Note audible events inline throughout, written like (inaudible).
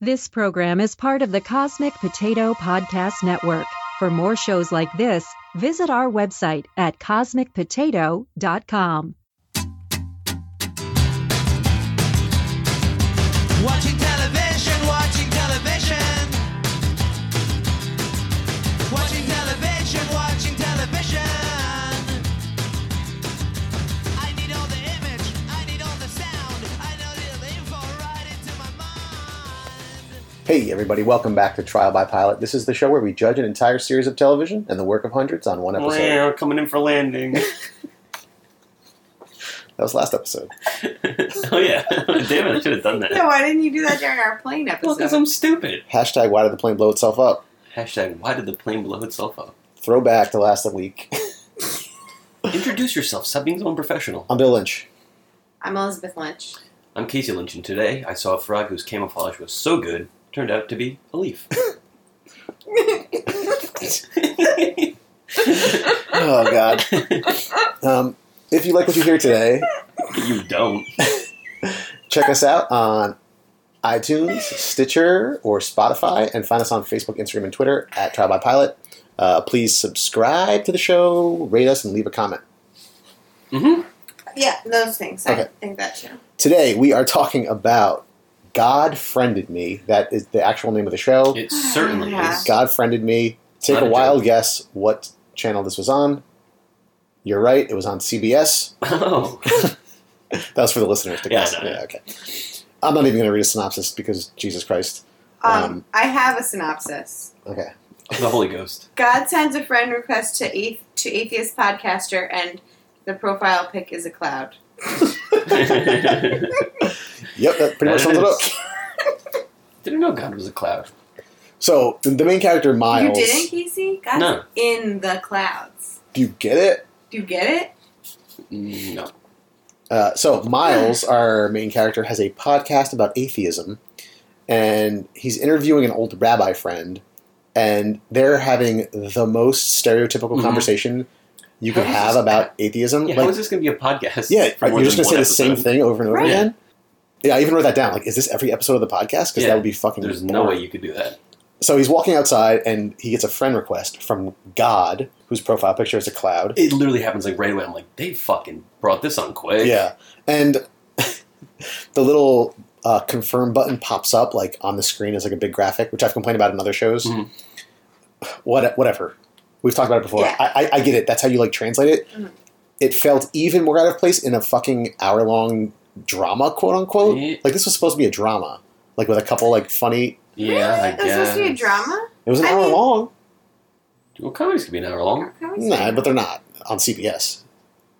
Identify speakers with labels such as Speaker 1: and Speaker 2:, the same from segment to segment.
Speaker 1: This program is part of the Cosmic Potato Podcast Network. For more shows like this, visit our website at cosmicpotato.com.
Speaker 2: Watching television, watching television. Watching television, watching television. I need all the image, I need all the sound. I know little info right into my mind.
Speaker 3: Hey, everybody, welcome back to Trial by Pilot. This is the show where we judge an entire series of television and the work of hundreds on one episode.
Speaker 4: Wow, coming in for landing.
Speaker 3: That was last episode.
Speaker 4: (laughs) oh yeah, (laughs) damn it! I should have done
Speaker 5: Yeah,
Speaker 4: that.
Speaker 5: (laughs) why didn't you do that during our plane
Speaker 4: Well,
Speaker 5: episode?
Speaker 4: because I'm stupid.
Speaker 3: Hashtag why did the plane blow itself up?
Speaker 4: Hashtag Why did the plane blow itself up?
Speaker 3: Throwback to last week.
Speaker 4: Introduce yourself. Stop being so unprofessional.
Speaker 3: I'm Bill Lynch.
Speaker 5: I'm Elizabeth Lynch.
Speaker 4: I'm Casey Lynch, and today I saw a frog whose camouflage was so good turned out to be a (laughs) leaf.
Speaker 3: Oh, God. um, if you like what you hear today,
Speaker 4: you don't.
Speaker 3: check us out on iTunes, Stitcher, or Spotify, and find us on Facebook, Instagram, and Twitter at Trial by Pilot. Uh, please subscribe to the show, rate us, and leave a comment.
Speaker 4: hmm
Speaker 5: Yeah, those things. I
Speaker 3: Okay.
Speaker 5: think that's true.
Speaker 3: Today, we are talking about God Friended Me. That is the actual name of the show.
Speaker 4: It certainly
Speaker 5: Yeah.
Speaker 4: is.
Speaker 3: God friended me. Take
Speaker 4: Not
Speaker 3: a
Speaker 4: a
Speaker 3: wild
Speaker 4: joke.
Speaker 3: guess what channel this was on. You're right. It was on CBS.
Speaker 4: (laughs) Oh,
Speaker 3: That was for the listeners to
Speaker 4: Yeah, I
Speaker 3: guess.
Speaker 4: know.
Speaker 3: Yeah, okay. I'm not even going to read a synopsis because Jesus Christ.
Speaker 5: Um,
Speaker 3: Um,
Speaker 5: I have a synopsis.
Speaker 3: Okay.
Speaker 4: the Holy (laughs) Ghost.
Speaker 5: God sends a friend request to athe- to atheist podcaster, and the profile pic is a cloud.
Speaker 4: Didn't
Speaker 3: Yep. That pretty much
Speaker 4: That
Speaker 3: sums it up.
Speaker 4: is. know God was a cloud.
Speaker 3: So the, the main character Miles.
Speaker 5: You didn't, Casey? God's
Speaker 4: No.
Speaker 5: in the clouds.
Speaker 3: Do you get it?
Speaker 5: Do you get it?
Speaker 4: No.
Speaker 3: Uh, so Miles, our main character, has a podcast about atheism, and he's interviewing an old rabbi friend, and they're having the most stereotypical
Speaker 4: Mhm.
Speaker 3: conversation you can
Speaker 4: How is
Speaker 3: have
Speaker 4: this-
Speaker 3: about atheism.
Speaker 4: Yeah,
Speaker 3: Like,
Speaker 4: how is this going to be a podcast?
Speaker 3: Yeah,
Speaker 4: for more
Speaker 3: you're just
Speaker 4: than
Speaker 3: gonna say
Speaker 4: one
Speaker 3: the same
Speaker 4: episode?
Speaker 3: thing over and over
Speaker 5: Right.
Speaker 3: again. Yeah, I even wrote that down. Like, is this every episode of the podcast? Because
Speaker 4: Yeah.
Speaker 3: that would be fucking.
Speaker 4: There's no
Speaker 3: boring.
Speaker 4: way you could do that.
Speaker 3: So he's walking outside and he gets a friend request from God, whose profile picture is a cloud.
Speaker 4: It literally happens like right away. I'm like, they fucking brought this on quick.
Speaker 3: Yeah, and (laughs) the little uh, confirm button pops up like on the screen as like a big graphic, which I've complained about in other shows.
Speaker 4: Mhm.
Speaker 3: What, whatever. We've talked about it before.
Speaker 5: Mm-hmm. Yeah.
Speaker 3: I, I, I get it. That's how you like translate it.
Speaker 5: Mhm.
Speaker 3: It felt even more out of place in a fucking hour long drama, quote unquote.
Speaker 4: Yeah.
Speaker 3: Like this was supposed to be a drama, like with a couple like funny.
Speaker 4: Yeah, I
Speaker 5: It was supposed to be a
Speaker 4: guess.
Speaker 5: drama?
Speaker 3: It was an
Speaker 5: I
Speaker 3: hour
Speaker 5: mean-
Speaker 3: long.
Speaker 4: Well, comedies could be an hour long.
Speaker 3: Nah, but they're not on CBS.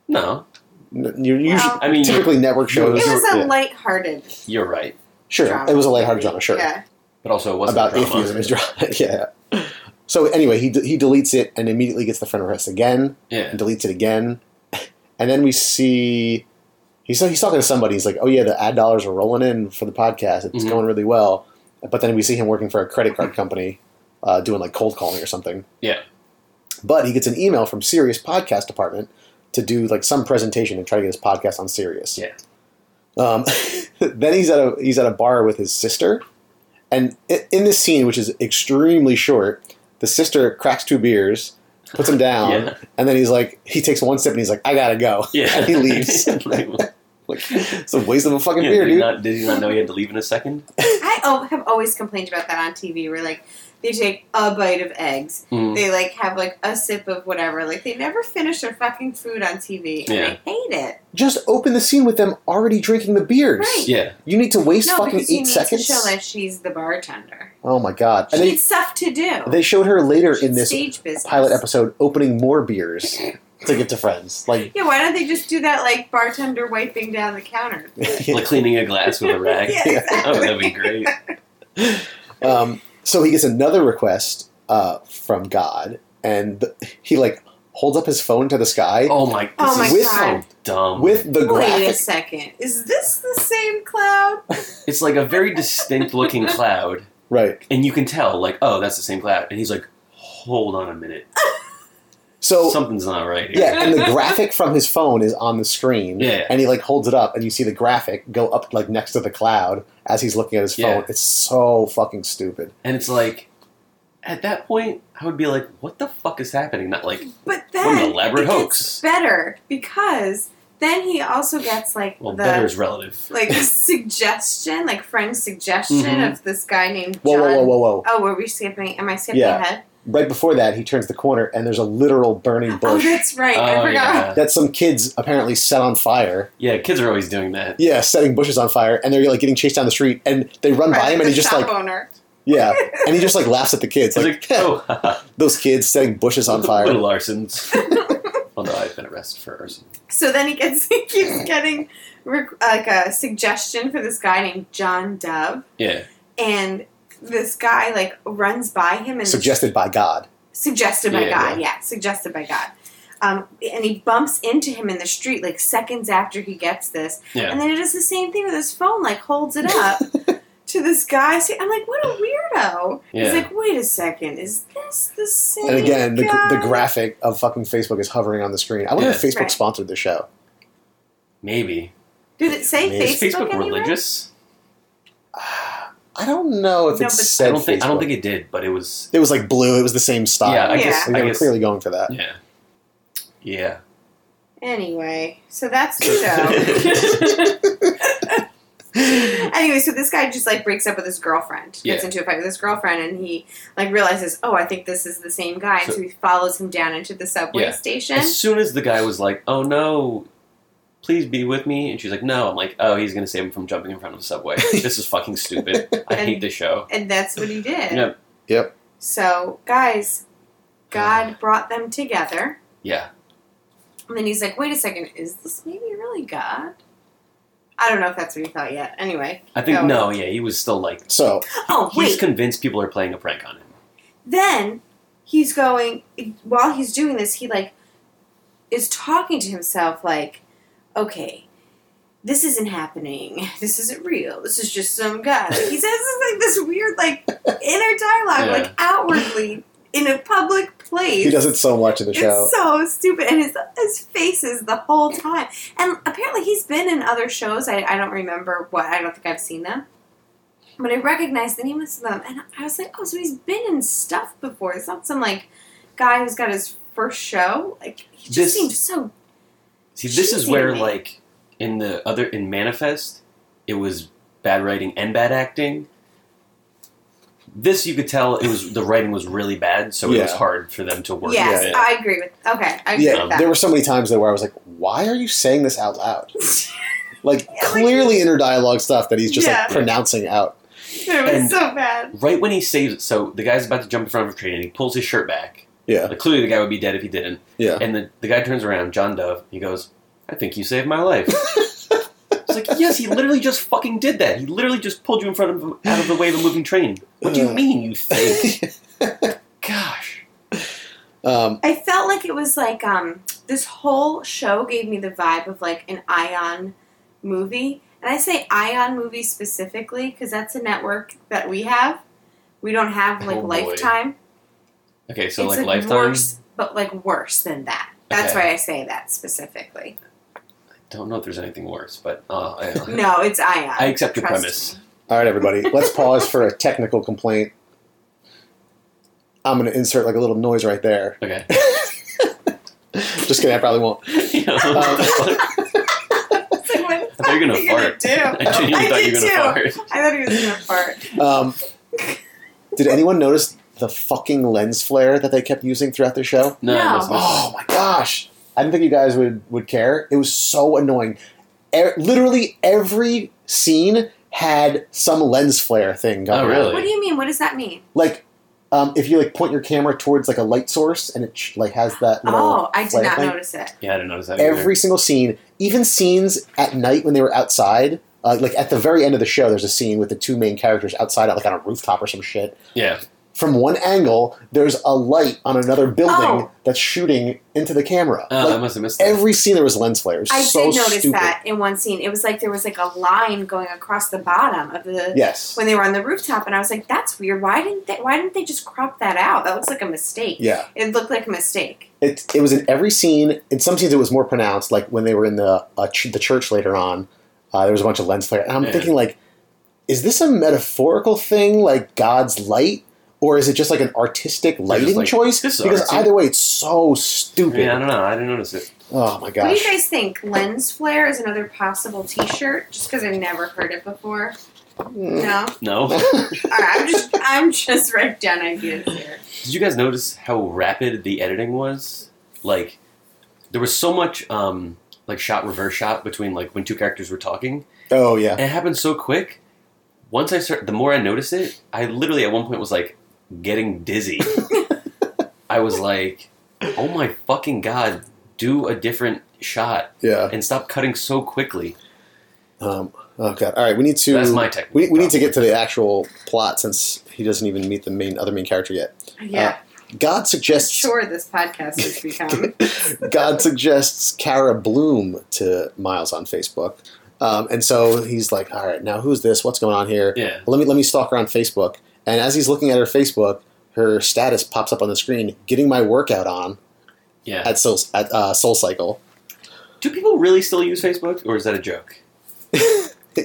Speaker 4: No,
Speaker 3: N- You usually
Speaker 5: Well,
Speaker 4: I mean, you're,
Speaker 3: typically network shows.
Speaker 5: It was a
Speaker 3: yeah.
Speaker 5: lighthearted
Speaker 4: you're right,
Speaker 3: sure,
Speaker 5: drama.
Speaker 3: it was a lighthearted drama. Sure,
Speaker 5: Yeah.
Speaker 4: but also it wasn't
Speaker 3: about
Speaker 4: a drama.
Speaker 3: atheism is drama. (laughs) yeah. So anyway, he d- he deletes it and immediately gets the friend request again
Speaker 4: Yeah,
Speaker 3: and deletes it again, (laughs) and then we see. He's, he's talking to somebody. He's like, "Oh yeah, the ad dollars are rolling in for the podcast. It's
Speaker 4: Mhm.
Speaker 3: going really well." But then we see him working for a credit card company, uh, doing like cold calling or something.
Speaker 4: yeah.
Speaker 3: But he gets an email from Sirius Podcast Department to do like some presentation and try to get his podcast on Sirius.
Speaker 4: Yeah.
Speaker 3: Um, (laughs) then he's at a he's at a bar with his sister, and i- in this scene, which is extremely short, the sister cracks two beers, puts him down,
Speaker 4: (laughs) Yeah.
Speaker 3: and then he's like, he takes one sip and he's like, I gotta go, (laughs)
Speaker 4: Yeah,
Speaker 3: and he leaves.
Speaker 4: (laughs)
Speaker 3: (laughs)
Speaker 4: Like, well,
Speaker 3: like, it's a waste of a fucking
Speaker 4: yeah,
Speaker 3: beer,
Speaker 4: did, he
Speaker 3: dude.
Speaker 4: not, did he not know he had to leave in a second?
Speaker 5: I al- have always complained about that on TV where, like, they take a bite of eggs
Speaker 4: Mm.
Speaker 5: they like have like a sip of whatever. Like they never finish their fucking food on TV, and
Speaker 4: Yeah.
Speaker 5: I hate it.
Speaker 3: Just open the scene with them already drinking the beers.
Speaker 5: Right.
Speaker 3: (laughs)
Speaker 4: Yeah,
Speaker 3: You need to waste
Speaker 5: no,
Speaker 3: fucking
Speaker 5: because you
Speaker 3: eight
Speaker 5: need
Speaker 3: seconds.
Speaker 5: to show that she's the bartender.
Speaker 3: oh my god!
Speaker 5: She
Speaker 3: And
Speaker 5: needs
Speaker 3: they
Speaker 5: stuff to do.
Speaker 3: they showed her later in this
Speaker 5: stage business
Speaker 3: pilot episode opening more beers to give to friends. Like,
Speaker 5: Yeah, why don't they just do that like bartender wiping down
Speaker 4: (laughs)
Speaker 5: the counter?
Speaker 4: like cleaning a glass with a rag.
Speaker 5: Yeah,
Speaker 4: Oh,
Speaker 5: exactly.
Speaker 4: that'd be
Speaker 5: (laughs)
Speaker 4: great.
Speaker 3: (laughs) um, so he gets another request uh, from God, and th- he like holds up his phone to the sky
Speaker 4: Oh my, this
Speaker 5: Oh my
Speaker 4: is
Speaker 3: With-
Speaker 5: god!
Speaker 4: so dumb.
Speaker 3: with the
Speaker 5: Wait a
Speaker 3: graphic.
Speaker 5: second. Is this the same cloud?
Speaker 4: it's like a very distinct looking cloud,
Speaker 3: Right.
Speaker 4: and you can tell, like, oh, that's the same cloud. And he's like, hold on a minute.
Speaker 3: So
Speaker 4: Something's not right here.
Speaker 3: yeah, and the graphic from his phone is on the screen.
Speaker 4: Yeah.
Speaker 3: And he like holds it up and you see the graphic go up like next to the cloud as he's looking at his phone.
Speaker 4: Yeah.
Speaker 3: It's so fucking stupid.
Speaker 4: And it's like, at that point, I would be like, what the fuck is happening? Not like,
Speaker 5: But
Speaker 4: What an
Speaker 5: then
Speaker 4: elaborate
Speaker 5: it
Speaker 4: hoax.
Speaker 5: gets better because then he also gets like
Speaker 4: well,
Speaker 5: the
Speaker 4: better is relative.
Speaker 5: like (laughs) suggestion, like friend suggestion
Speaker 4: Mhm.
Speaker 5: of this guy named
Speaker 3: Mm-hmm. Whoa,
Speaker 5: John.
Speaker 3: whoa, whoa, whoa, whoa.
Speaker 5: Oh, were we skipping? Am I skipping
Speaker 3: Yeah.
Speaker 5: ahead?
Speaker 3: Right before that, he turns the corner and there's a literal burning
Speaker 5: Oh,
Speaker 3: bush
Speaker 5: that's right. I
Speaker 4: Oh,
Speaker 5: forgot.
Speaker 4: yeah.
Speaker 3: that some kids apparently set on fire.
Speaker 4: Yeah, kids are always doing that.
Speaker 3: Yeah, setting bushes on fire and they're like getting chased down the street and they run by him and
Speaker 5: the
Speaker 3: he just
Speaker 5: shop
Speaker 3: like
Speaker 5: owner.
Speaker 3: yeah, and he just like laughs at the kids
Speaker 4: It's
Speaker 3: like, (laughs)
Speaker 4: like, oh,
Speaker 3: those kids setting bushes on
Speaker 4: little
Speaker 3: fire.
Speaker 4: Larson's. Although I've been arrested for arson.
Speaker 5: So then he gets (laughs) he keeps getting re- like a suggestion for this guy named John Dove,
Speaker 4: Yeah,
Speaker 5: and this guy like runs by him and
Speaker 3: Suggested by God.
Speaker 5: suggested by
Speaker 4: Yeah,
Speaker 5: God,
Speaker 4: yeah.
Speaker 5: yeah, suggested by God. Um, and he bumps into him in the street like seconds after he gets this,
Speaker 4: yeah.
Speaker 5: and then it does the same thing with his phone, like holds it up to this guy. See, I'm like, what a weirdo!
Speaker 4: Yeah.
Speaker 5: He's like, wait a second, is this the same?
Speaker 3: And again, the,
Speaker 5: guy?
Speaker 3: the graphic of fucking Facebook is hovering on the screen. I wonder if
Speaker 4: Yeah.
Speaker 3: Facebook
Speaker 5: Right.
Speaker 3: sponsored the show.
Speaker 4: Maybe.
Speaker 5: Did it say
Speaker 3: Maybe.
Speaker 5: Facebook?
Speaker 4: Is Facebook
Speaker 5: anywhere?
Speaker 4: religious?
Speaker 3: I don't know if
Speaker 5: No,
Speaker 3: it
Speaker 5: but-
Speaker 3: said
Speaker 4: I don't think. I
Speaker 3: Facebook.
Speaker 4: don't think it did, but it was.
Speaker 3: It was like blue. It was the same style.
Speaker 4: Yeah, I
Speaker 5: Yeah.
Speaker 4: guess.
Speaker 3: And
Speaker 4: I
Speaker 3: they were
Speaker 4: guess.
Speaker 3: clearly going for that.
Speaker 4: Yeah. Yeah.
Speaker 5: Anyway, so that's the show. (laughs) anyway, so this guy just like breaks up with his girlfriend, gets
Speaker 4: Yeah.
Speaker 5: into a fight with his girlfriend, and he like realizes, oh, I think this is the same guy, and so,
Speaker 4: So-
Speaker 5: he follows him down into the subway
Speaker 4: Yeah.
Speaker 5: station.
Speaker 4: As soon as the guy was like, "Oh no, please be with me," and she's like, "No," I'm like, "Oh, he's gonna save him from jumping in front of the
Speaker 5: (laughs)
Speaker 4: subway. this is fucking stupid. I hate this show."
Speaker 5: And that's what he did.
Speaker 4: Yeah.
Speaker 3: Yep.
Speaker 5: So, guys, God brought them together.
Speaker 4: Yeah.
Speaker 5: And then he's like, wait a second, is this maybe really God? I don't know if that's what he thought yet. Anyway.
Speaker 4: I think no.
Speaker 5: No.
Speaker 4: Yeah, he was still like,
Speaker 3: So
Speaker 5: Oh,
Speaker 4: he's
Speaker 5: wait.
Speaker 4: convinced people are playing a prank on him.
Speaker 5: then he's going while he's doing this he like is talking to himself like okay this isn't happening this isn't real this is just some guy like, he says this, like this weird like inner
Speaker 4: (laughs)
Speaker 5: dialogue
Speaker 4: Yeah.
Speaker 5: like outwardly in a public place
Speaker 3: he does it so much in the show.
Speaker 5: it's so stupid, and his his faces the whole time. And apparently, he's been in other shows. I, I don't remember what. I don't think I've seen them, but I recognized the names of them, and I was like, oh, so he's been in stuff before. It's not some like guy who's got his first show. Like he just
Speaker 4: This-
Speaker 5: seemed so
Speaker 4: See, this is
Speaker 5: Cheesy
Speaker 4: where
Speaker 5: to me.
Speaker 4: like in the other in Manifest, it was bad writing and bad acting. This you could tell it was the writing was really bad, so it was
Speaker 3: Yeah.
Speaker 4: hard for them to work.
Speaker 5: yes.
Speaker 4: with it.
Speaker 5: I agree with. Okay, I agree
Speaker 3: yeah,
Speaker 5: with that.
Speaker 3: there were so many times though where I was like, "Why are you saying this out
Speaker 5: (laughs)
Speaker 3: loud?" Like
Speaker 5: Yeah, like-
Speaker 3: clearly inner dialogue stuff that he's just
Speaker 5: Yeah.
Speaker 3: like pronouncing out.
Speaker 5: (laughs) it was
Speaker 4: and-
Speaker 5: so bad.
Speaker 4: right when he saves it, so the guy's about to jump in front of a tree and he pulls his shirt back.
Speaker 3: Yeah,
Speaker 4: Like, clearly, the guy would be dead if he didn't.
Speaker 3: yeah.
Speaker 4: And the, the guy turns around, John Dove, he goes, I think you saved
Speaker 3: (laughs)
Speaker 4: my life. it's like, yes, he literally just fucking did that. He literally just pulled you in front of him out of the way of a moving train.
Speaker 3: Uh.
Speaker 4: What do you mean,
Speaker 3: (laughs)
Speaker 4: you think? Gosh.
Speaker 3: um,
Speaker 5: I felt like it was like um this whole show gave me the vibe of like an Ion movie. And I say Ion movie specifically because that's a network that we have. We don't have like
Speaker 4: Oh, boy.
Speaker 5: Lifetime.
Speaker 4: Okay, so
Speaker 5: it's
Speaker 4: like Lifetime.
Speaker 5: worse, but like worse than that. That's
Speaker 4: Okay.
Speaker 5: why I say that specifically.
Speaker 4: Don't know if there's anything worse, but uh, I,
Speaker 3: (laughs)
Speaker 5: No, it's Ion.
Speaker 4: I accept your
Speaker 5: Trust
Speaker 4: premise.
Speaker 5: me.
Speaker 3: all right, everybody, let's pause for a technical complaint. I'm gonna insert like a little noise right there.
Speaker 4: Okay. (laughs)
Speaker 3: Just kidding, I probably won't.
Speaker 4: You know,
Speaker 3: Um,
Speaker 4: what the fuck?
Speaker 5: It's like,
Speaker 4: I thought you were
Speaker 5: what the
Speaker 3: (laughs)
Speaker 5: fuck
Speaker 4: gonna
Speaker 5: are you gonna
Speaker 4: fart.
Speaker 5: do?
Speaker 4: (laughs) I genuinely
Speaker 5: I
Speaker 4: thought you
Speaker 5: did
Speaker 4: were gonna
Speaker 5: too.
Speaker 4: fart. (laughs)
Speaker 5: (laughs) I thought he was gonna fart.
Speaker 3: Um, did anyone notice the fucking lens flare that they kept using throughout the show?
Speaker 4: No,
Speaker 5: No.
Speaker 4: I must-
Speaker 3: Oh my gosh! I didn't think you guys would would care. It was so annoying. E- literally every scene had some lens flare thing going.
Speaker 4: Oh,
Speaker 3: on.
Speaker 4: really?
Speaker 5: What do you mean? What does that mean?
Speaker 3: Like um, if you like point your camera towards like a light source and it sh- like has that little.
Speaker 5: Oh, I did
Speaker 3: flare
Speaker 5: not
Speaker 3: thing.
Speaker 5: notice it.
Speaker 4: Yeah, I didn't notice that. either.
Speaker 3: Every single scene, even scenes at night when they were outside. Uh, like at the very end of the show, there's a scene with the two main characters outside, like on a rooftop or some shit.
Speaker 4: Yeah.
Speaker 3: from one angle, there's a light on another building
Speaker 5: Oh.
Speaker 3: that's shooting into the camera.
Speaker 4: Oh, I
Speaker 3: like,
Speaker 4: must have missed that.
Speaker 3: every scene there was lens flares.
Speaker 5: I
Speaker 3: so
Speaker 5: did notice
Speaker 3: stupid.
Speaker 5: that in one scene. It was like there was like a line going across the bottom of the
Speaker 3: Yes.
Speaker 5: when they were on the rooftop, and I was like, "That's weird. Why didn't they? Why didn't they just crop that out? That looks like a mistake.
Speaker 3: Yeah.
Speaker 5: It looked like a mistake.
Speaker 3: It, it was in every scene. In some scenes, it was more pronounced. Like when they were in the uh, ch- the church later on, uh, there was a bunch of lens flare. And I'm
Speaker 4: Yeah.
Speaker 3: thinking like, is this a metaphorical thing, like God's light, or is it just like an artistic lighting
Speaker 4: like,
Speaker 3: choice?
Speaker 4: this is
Speaker 3: because
Speaker 4: artsy.
Speaker 3: either way, it's so stupid.
Speaker 4: Yeah, I don't know. I didn't notice it.
Speaker 3: Oh my
Speaker 5: What do
Speaker 3: gosh!
Speaker 5: you
Speaker 3: (laughs)
Speaker 5: guys think? Lens flare is another possible T-shirt, just because I've never heard it before.
Speaker 4: Hmm.
Speaker 5: No.
Speaker 4: No.
Speaker 3: (laughs)
Speaker 5: All right. I'm just I'm just right down ideas here.
Speaker 4: Did you guys notice how rapid the editing was? Like, there was so much um, like shot reverse shot between like when two characters were talking,
Speaker 3: oh yeah.
Speaker 4: and it happened so quick. Once I start, the more I noticed it, I literally at one point was like getting dizzy. I was like, "Oh my fucking god, do a different shot
Speaker 3: Yeah.
Speaker 4: and stop cutting so quickly."
Speaker 3: Um, oh god. All right, we need to.
Speaker 4: That's my technique,
Speaker 3: We, we need to
Speaker 4: probably.
Speaker 3: get to the actual plot since he doesn't even meet the main other main character yet.
Speaker 4: Uh,
Speaker 5: Yeah.
Speaker 3: Uh, God suggests
Speaker 5: sure, (laughs) this podcast has
Speaker 4: (laughs)
Speaker 5: become.
Speaker 3: God suggests Cara Bloom to Miles on Facebook, um, and so he's like, "All right, now who's this? What's going on here?
Speaker 4: Yeah.
Speaker 3: Let me let me stalk her on Facebook." And as he's looking at her Facebook, her status pops up on the screen: "Getting my workout on
Speaker 4: Yeah.
Speaker 3: at Soul at uh, Soul Cycle.
Speaker 4: Do people really still use Facebook, or is that a joke?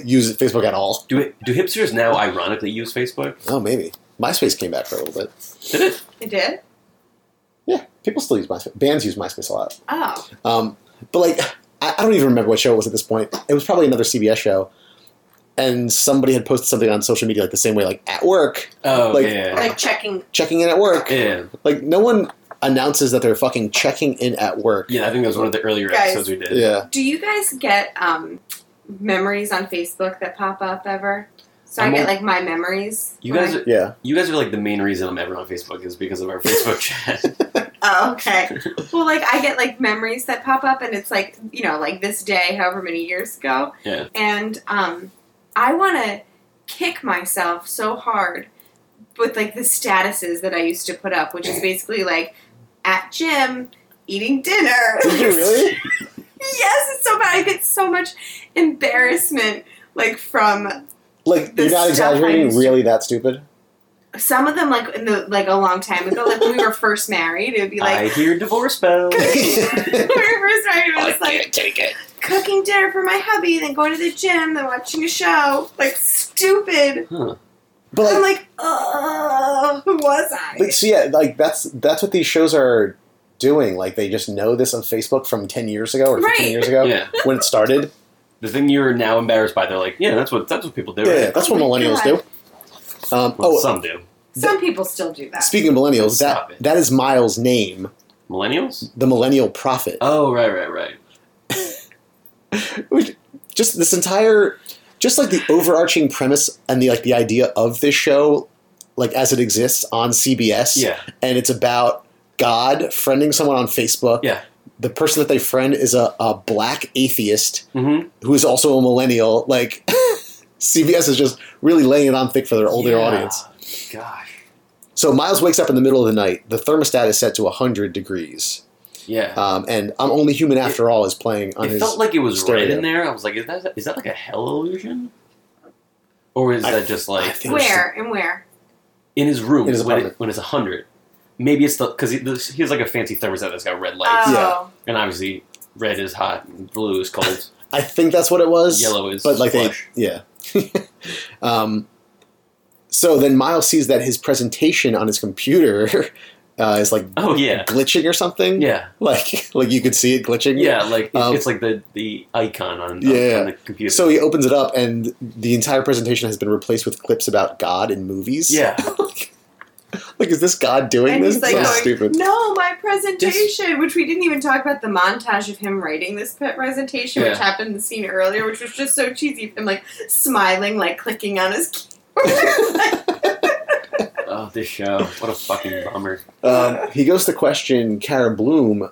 Speaker 3: Use Facebook at all?
Speaker 4: Do do hipsters now ironically use Facebook?
Speaker 3: Oh, maybe MySpace came back for a little bit.
Speaker 4: Did it?
Speaker 5: it did.
Speaker 3: Yeah, people still use MySpace. Bands use MySpace a lot.
Speaker 5: Oh.
Speaker 3: Um, but like, I, I don't even remember what show it was at this point. It was probably another CBS show, and somebody had posted something on social media like the same way, like at work,
Speaker 4: Oh
Speaker 3: Like-
Speaker 4: yeah.
Speaker 5: Like checking.
Speaker 3: checking in at work.
Speaker 4: yeah.
Speaker 3: Like no one announces that they're fucking checking in at work.
Speaker 4: Yeah, I think that was one of the earlier
Speaker 5: Guys.
Speaker 4: episodes we did.
Speaker 3: Yeah.
Speaker 5: Do you guys get um, memories on Facebook that pop up ever? So i
Speaker 4: I'm
Speaker 5: get
Speaker 4: on-
Speaker 5: like my memories.
Speaker 4: You
Speaker 5: when
Speaker 4: guys,
Speaker 5: I-
Speaker 4: are,
Speaker 3: Yeah.
Speaker 4: you guys are like the main reason I'm ever on Facebook is because of our Facebook (laughs) chat.
Speaker 5: Oh, okay. well, like I get like memories that pop up, and it's like you know, like this day, however many years ago,
Speaker 4: Yeah,
Speaker 5: and um, I want to kick myself so hard with like the statuses that I used to put up, which is basically like at gym,
Speaker 3: (laughs)
Speaker 5: eating dinner.
Speaker 3: Did you really?
Speaker 5: yes, it's so bad. I get so much embarrassment, like from
Speaker 3: Like
Speaker 5: This
Speaker 3: you're not
Speaker 5: stuff
Speaker 3: exaggerating.
Speaker 5: I'm-
Speaker 3: Really that
Speaker 5: (laughs)
Speaker 3: stupid?
Speaker 5: some of them like in the like a long time ago, like when we were first married, it would be
Speaker 4: I
Speaker 5: like
Speaker 4: hear divorce
Speaker 5: (laughs)
Speaker 4: bells.
Speaker 5: when we were first married, it was like
Speaker 4: take it.
Speaker 5: cooking dinner for my hubby, then going to the gym, then watching a show, like stupid.
Speaker 4: Huh.
Speaker 3: But
Speaker 5: I'm
Speaker 3: like,
Speaker 5: like, oh, who was
Speaker 3: like,
Speaker 5: I?
Speaker 3: so yeah, like that's that's what these shows are doing. Like they just know this on Facebook from ten years ago or fifteen
Speaker 5: Right.
Speaker 3: years ago
Speaker 4: Yeah,
Speaker 3: when it started.
Speaker 4: the thing you're now embarrassed by, they're like, yeah, that's what that's what people do.
Speaker 3: Yeah,
Speaker 4: right?
Speaker 3: yeah, that's
Speaker 5: Oh
Speaker 3: what
Speaker 5: my
Speaker 3: millennials
Speaker 5: God.
Speaker 3: do. Um,
Speaker 4: Well,
Speaker 3: oh,
Speaker 4: some do.
Speaker 5: Some people still do that.
Speaker 3: speaking of millennials,
Speaker 4: Stop
Speaker 3: that
Speaker 4: it.
Speaker 3: that is Miles' name,
Speaker 4: Millennials?
Speaker 3: the millennial prophet.
Speaker 4: Oh, right, right, right.
Speaker 3: Which- just this entire, just like the overarching premise and the like, the idea of this show, like as it exists on CBS.
Speaker 4: Yeah,
Speaker 3: and it's about God friending someone on Facebook.
Speaker 4: yeah.
Speaker 3: The person that they friend is a, a black atheist
Speaker 4: Mm-hmm.
Speaker 3: who is also a millennial. Like (laughs) CBS is just really laying it on thick for their older audience.
Speaker 4: Gosh.
Speaker 3: So Miles wakes up in the middle of the night. The thermostat is set to 100 degrees.
Speaker 4: Yeah.
Speaker 3: Um, and I'm Only Human After All is playing on
Speaker 4: it
Speaker 3: his.
Speaker 4: felt like it was right
Speaker 3: stereo.
Speaker 4: in there. I was like, is that is that like a hell illusion? Or is
Speaker 3: I-
Speaker 4: that just like
Speaker 3: I think-
Speaker 5: Where and where?
Speaker 4: in his room
Speaker 3: In his
Speaker 4: when,
Speaker 3: apartment.
Speaker 4: it, when it's 100? Maybe it's the because he, this- he has like a fancy thermostat that's got red lights.
Speaker 5: Oh,
Speaker 4: And obviously, red is hot, and blue
Speaker 3: (laughs)
Speaker 4: is cold, (laughs)
Speaker 3: I think that's what it was.
Speaker 4: yellow is
Speaker 3: But like
Speaker 4: flush.
Speaker 3: they, yeah. (laughs) um, so then Miles sees that his presentation on his computer (laughs) uh, is like
Speaker 4: Oh yeah,
Speaker 3: glitching or something.
Speaker 4: yeah,
Speaker 3: Like (laughs) like you could see it glitching.
Speaker 4: yeah. Like it's-
Speaker 3: Um,
Speaker 4: it's like the the icon on,
Speaker 3: Yeah.
Speaker 4: on the computer.
Speaker 3: So he opens it up, and the entire presentation has been replaced with clips about God in movies.
Speaker 4: yeah,
Speaker 3: Like, is this God doing
Speaker 5: and
Speaker 3: this?
Speaker 5: he's like,
Speaker 3: so
Speaker 5: going,
Speaker 3: stupid.
Speaker 5: no, my presentation, which we didn't even talk about the montage of him writing this pe- presentation, which
Speaker 4: Yeah.
Speaker 5: happened in the scene earlier, which was just so cheesy. Him like smiling, like clicking on his keyboard.
Speaker 4: oh this show, what a fucking bummer.
Speaker 3: Um, he goes to question Cara Bloom.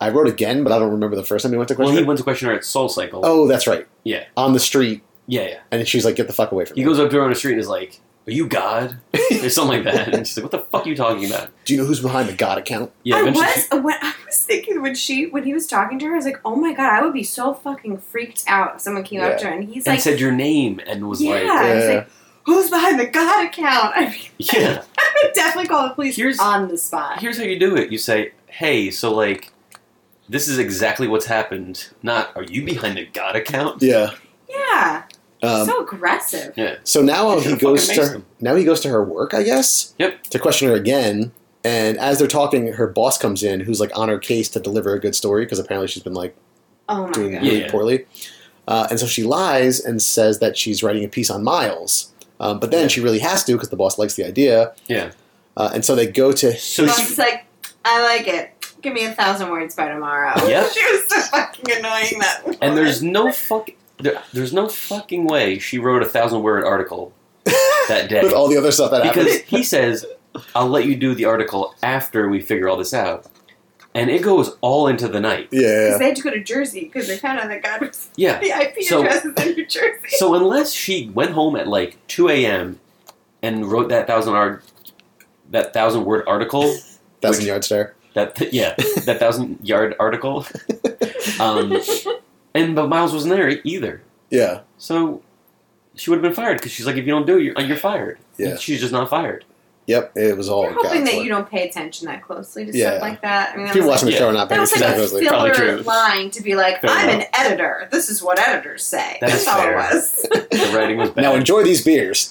Speaker 3: I wrote again, but I don't remember the first time he went to
Speaker 4: Well,
Speaker 3: question.
Speaker 4: he
Speaker 3: her.
Speaker 4: went to question her at Soul Cycle.
Speaker 3: oh, that's right.
Speaker 4: Yeah.
Speaker 3: On the street,
Speaker 4: yeah, yeah.
Speaker 3: and she's like, "Get the fuck away from
Speaker 4: He
Speaker 3: me."
Speaker 4: goes up to her on the street and is like, Are
Speaker 3: (laughs)
Speaker 4: you God? or something like that. And she's like, What the fuck are you talking about?
Speaker 3: Do you know who's behind the God account?
Speaker 4: Yeah,
Speaker 5: I
Speaker 4: eventually
Speaker 5: was uh, when I was thinking when she when he was talking to her, I was like, oh my god, I would be so fucking freaked out if someone came
Speaker 3: Yeah.
Speaker 5: up to her and he's
Speaker 4: and
Speaker 5: like,
Speaker 4: said your name and was
Speaker 5: yeah,
Speaker 4: like,
Speaker 5: I was
Speaker 3: Yeah.
Speaker 5: like, who's behind the god account? (laughs) I, mean,
Speaker 4: (laughs) Yeah.
Speaker 5: I would definitely call the police
Speaker 4: Here's-
Speaker 5: on the spot.
Speaker 4: Here's how you do it. You say, "Hey, so like, this is exactly what's happened." Not, "Are you behind a god account?"
Speaker 3: Yeah.
Speaker 5: Yeah,
Speaker 3: Um,
Speaker 5: so aggressive.
Speaker 4: Yeah.
Speaker 3: So now
Speaker 4: It
Speaker 3: he
Speaker 4: should've
Speaker 3: goes
Speaker 4: fucking
Speaker 3: to
Speaker 4: amazed
Speaker 3: her,
Speaker 4: him.
Speaker 3: now he goes to her work, I guess.
Speaker 4: Yep.
Speaker 3: To question her again, and as they're talking, her boss comes in, who's like on her case to deliver a good story because apparently she's been like
Speaker 5: Oh my
Speaker 3: doing
Speaker 5: god.
Speaker 3: really
Speaker 4: Yeah.
Speaker 3: poorly. Uh, and so she lies and says that she's writing a piece on Miles, um, but then
Speaker 4: Yeah.
Speaker 3: she really has to because the boss likes the idea.
Speaker 4: Yeah.
Speaker 3: Uh, and so they go to (laughs)
Speaker 4: So
Speaker 5: Well,
Speaker 4: she,
Speaker 5: she's like, I like it. Give me a thousand words by tomorrow. (laughs)
Speaker 4: Yep.
Speaker 5: she was so fucking annoying that.
Speaker 4: and
Speaker 5: woman.
Speaker 4: there's no fuck, there, there's no fucking way she wrote a thousand word article that day
Speaker 3: with all the other stuff that happens.
Speaker 4: because he says, "I'll let you do the article after we figure all this out," and it goes all into the night.
Speaker 5: Because
Speaker 3: Yeah.
Speaker 5: they had to go to Jersey because they found out that God was (laughs)
Speaker 4: Yeah.
Speaker 5: the IP
Speaker 4: So-
Speaker 5: address is in New Jersey.
Speaker 4: So unless she went home at like two a.m. and wrote that thousand art, that thousand word article.
Speaker 3: Thousand yard stare.
Speaker 4: That yeah, that
Speaker 5: (laughs)
Speaker 4: thousand yard article. Um, and but Miles wasn't there e-, either,
Speaker 3: Yeah.
Speaker 4: so she would have been fired because she's like, if you don't do, it, you're you're fired.
Speaker 3: Yeah.
Speaker 4: And she's just not fired.
Speaker 3: Yep. It was
Speaker 4: Oh,
Speaker 3: all
Speaker 5: We're hoping
Speaker 3: God's
Speaker 5: that
Speaker 3: work.
Speaker 5: you don't pay attention that closely to
Speaker 3: Yeah.
Speaker 5: stuff like that. I mean, that
Speaker 3: People
Speaker 5: was
Speaker 3: watching
Speaker 5: like,
Speaker 3: the show are not
Speaker 5: that
Speaker 3: paying
Speaker 5: was like
Speaker 3: attention.
Speaker 5: a
Speaker 3: Those are-
Speaker 4: probably
Speaker 5: filler
Speaker 4: true.
Speaker 5: line to be like,
Speaker 4: Fair
Speaker 5: "I'm
Speaker 4: enough.
Speaker 5: an editor. This is what editors say."
Speaker 4: That
Speaker 5: That's
Speaker 4: is
Speaker 5: all
Speaker 4: fair.
Speaker 5: it was.
Speaker 4: The writing
Speaker 5: (laughs)
Speaker 4: was bad.
Speaker 3: Now enjoy these beers.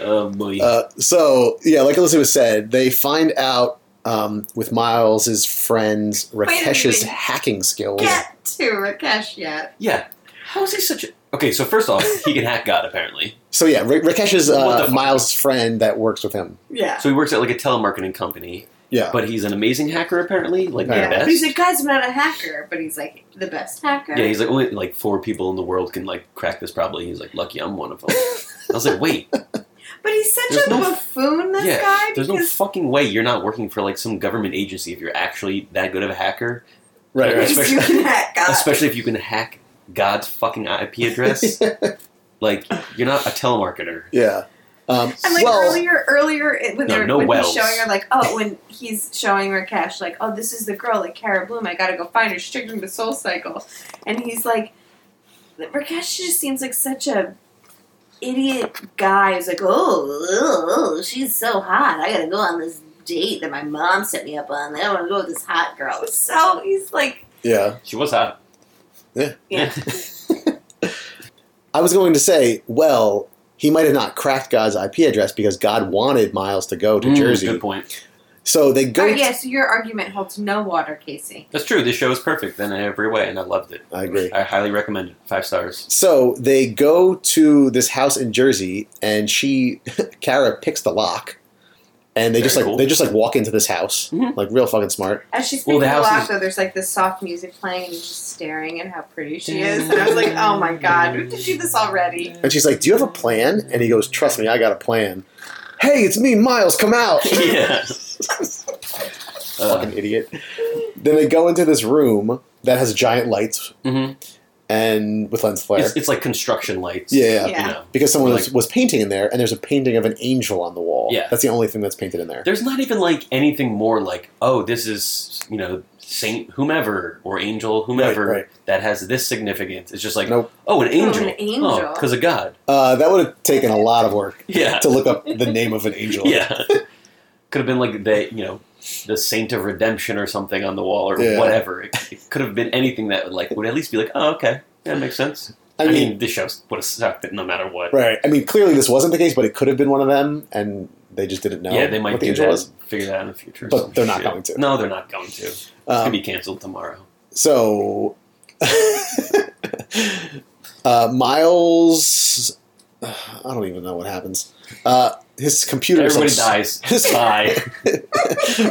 Speaker 4: Oh, boy.
Speaker 3: Uh, so yeah, like Alyssa was said, they find out um, with Miles's friends
Speaker 5: a
Speaker 3: Rakesh's
Speaker 5: minute.
Speaker 3: hacking skills.
Speaker 5: Get to Rakesh yet?
Speaker 4: yeah. How is he such a? Okay, so first off, he can hack God apparently.
Speaker 3: So yeah, Ra- Rakesh is
Speaker 4: What
Speaker 3: uh,
Speaker 4: the fuck?
Speaker 3: Miles' friend that works with him.
Speaker 5: Yeah.
Speaker 4: So he works at like a telemarketing company,
Speaker 3: Yeah,
Speaker 4: but he's an amazing hacker apparently, like
Speaker 5: yeah.
Speaker 4: the
Speaker 5: But
Speaker 4: best.
Speaker 5: he's like, "Guys, I'm not a hacker," but he's like the best hacker.
Speaker 4: Yeah, he's like only like four people in the world can like crack this. Probably he's like lucky I'm one of
Speaker 5: (laughs)
Speaker 4: them. I was like, wait,
Speaker 5: but he's such
Speaker 4: There's
Speaker 5: a
Speaker 4: no-
Speaker 5: buffoon. This
Speaker 4: yeah,
Speaker 5: guy.
Speaker 4: there's no
Speaker 5: because
Speaker 4: fucking way you're not working for like some government agency if you're actually that good of a hacker,
Speaker 3: right, right.
Speaker 4: especially-
Speaker 5: you can hack God.
Speaker 4: especially if you can hack God's fucking IP
Speaker 5: (laughs)
Speaker 4: address. like you're not a telemarketer.
Speaker 3: (laughs) Yeah. Um,
Speaker 5: And like
Speaker 3: well,
Speaker 5: earlier, earlier it- when
Speaker 4: No,
Speaker 5: they're
Speaker 4: no
Speaker 5: when
Speaker 4: Wells.
Speaker 5: he's showing her, like, oh, when he's showing Rakesh, like, oh, this is the girl, like Cara Bloom. I gotta go find her. She's triggering the soul cycle, and he's like, Rakesh just seems like such a idiot guy. He's like, oh, ugh, she's so hot. I gotta go on this date that my mom set me up on. I don't want to go with this hot girl. So he's like,
Speaker 3: yeah.
Speaker 4: She was hot. (laughs)
Speaker 5: yeah,
Speaker 3: I was going to say, well, he might have not cracked God's IP address because God wanted Miles to go to
Speaker 4: Mm,
Speaker 3: Jersey.
Speaker 4: Good point.
Speaker 3: So they go.
Speaker 5: All right, yeah. So your argument holds no water, Casey.
Speaker 4: That's true. This show is perfect in every way, and I loved it.
Speaker 3: I agree.
Speaker 4: I highly recommend it. Five
Speaker 5: (laughs)
Speaker 4: stars.
Speaker 3: So they go to this house in Jersey, and she, (laughs) Kara, picks the lock, and they just
Speaker 4: Very
Speaker 3: like
Speaker 4: cool.
Speaker 3: they just like walk into this house,
Speaker 4: Mhm.
Speaker 3: like real fucking smart.
Speaker 5: As she's
Speaker 4: Well,
Speaker 5: picking
Speaker 4: the
Speaker 5: the
Speaker 4: house
Speaker 5: lock,
Speaker 4: is-
Speaker 5: though, there's like this soft music playing and just staring at how pretty she is. And I was like, oh my god, we did do this already.
Speaker 3: And she's like, "Do you have a plan?" And he goes, "Trust me, I got a plan." Hey, it's me, Miles. Come
Speaker 4: (laughs)
Speaker 3: out, (laughs)
Speaker 4: yeah. Uh,
Speaker 3: fucking idiot. Then they go into this room that has giant lights
Speaker 4: hmm
Speaker 3: and with lens flare.
Speaker 4: it's, it's like construction lights.
Speaker 3: Yeah, yeah.
Speaker 5: Yeah.
Speaker 4: You know.
Speaker 3: because someone was,
Speaker 4: Like-
Speaker 3: was painting in there, and there's a painting of an angel on the wall.
Speaker 4: Yeah.
Speaker 3: that's the only thing that's painted in there.
Speaker 4: There's not even like anything more like, oh, this is you know Saint whomever or angel whomever
Speaker 3: Right, right.
Speaker 4: that has this significance. It's just like,
Speaker 3: Nope.
Speaker 4: oh, an angel,
Speaker 5: an angel.
Speaker 4: because of God.
Speaker 3: Uh, that would have taken a lot of work
Speaker 4: Yeah,
Speaker 3: to look up the name of an angel.
Speaker 4: (laughs) yeah. could have been like the you know the Saint of Redemption or something on the wall or
Speaker 3: Yeah.
Speaker 4: whatever. It, it could have been anything that would like would at least be like, oh, okay, that makes sense.
Speaker 3: I mean,
Speaker 4: this show would have sucked it no matter what.
Speaker 3: right. I mean, clearly this wasn't the case, but it could have been one of them, and they just didn't know.
Speaker 4: Yeah, they might
Speaker 3: what the
Speaker 4: do
Speaker 3: angel
Speaker 4: that.
Speaker 3: was.
Speaker 4: Figure that out in the future. or
Speaker 3: But
Speaker 4: some
Speaker 3: they're not
Speaker 4: shit.
Speaker 3: going to.
Speaker 4: No, they're not going to. It's gonna
Speaker 3: Um,
Speaker 4: be canceled tomorrow.
Speaker 3: so, (laughs) uh, Miles, I don't even know what happens. Uh, his computer. is,
Speaker 4: Everybody
Speaker 3: like,
Speaker 4: dies.
Speaker 3: (laughs) His-
Speaker 4: Bye.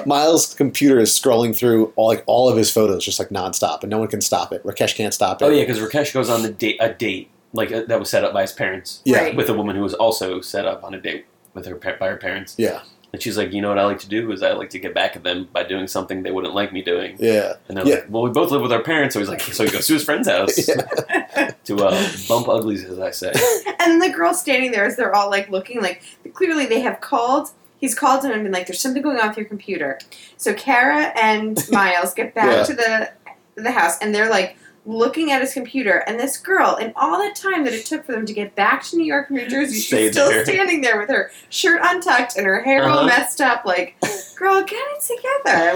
Speaker 3: (laughs) Miles' computer is scrolling through all like all of his photos, just like nonstop, and no one can stop it. Rakesh can't stop it.
Speaker 4: Oh yeah, because Rakesh goes on the date a date like uh, that was set up by his parents
Speaker 3: yeah,
Speaker 5: Right.
Speaker 4: with a woman who was also set up on a date with her pa- by her parents,
Speaker 3: yeah.
Speaker 4: And she's like, you know what I like to do is I like to get back at them by doing something they wouldn't like me doing.
Speaker 3: Yeah.
Speaker 4: And they're
Speaker 3: Yeah.
Speaker 4: like, well, we both live with our parents, so he's like, so he goes to his
Speaker 5: (laughs)
Speaker 4: friend's house (laughs) to uh, bump uglies, as I
Speaker 5: (laughs)
Speaker 4: say.
Speaker 5: And the girl standing there as they're all like looking like clearly they have called. He's called him and been like, "There's something going on with your computer." So Kara
Speaker 3: (laughs)
Speaker 5: and Miles get back
Speaker 3: Yeah.
Speaker 5: to the the house and they're like looking at his computer. And this girl, in all the time that it took for them to get back to New York, from New Jersey,
Speaker 4: Stayed
Speaker 5: she's still
Speaker 4: there.
Speaker 5: standing there with her shirt untucked and her hair all
Speaker 4: Uh-huh.
Speaker 5: messed up. Like, girl, get it together.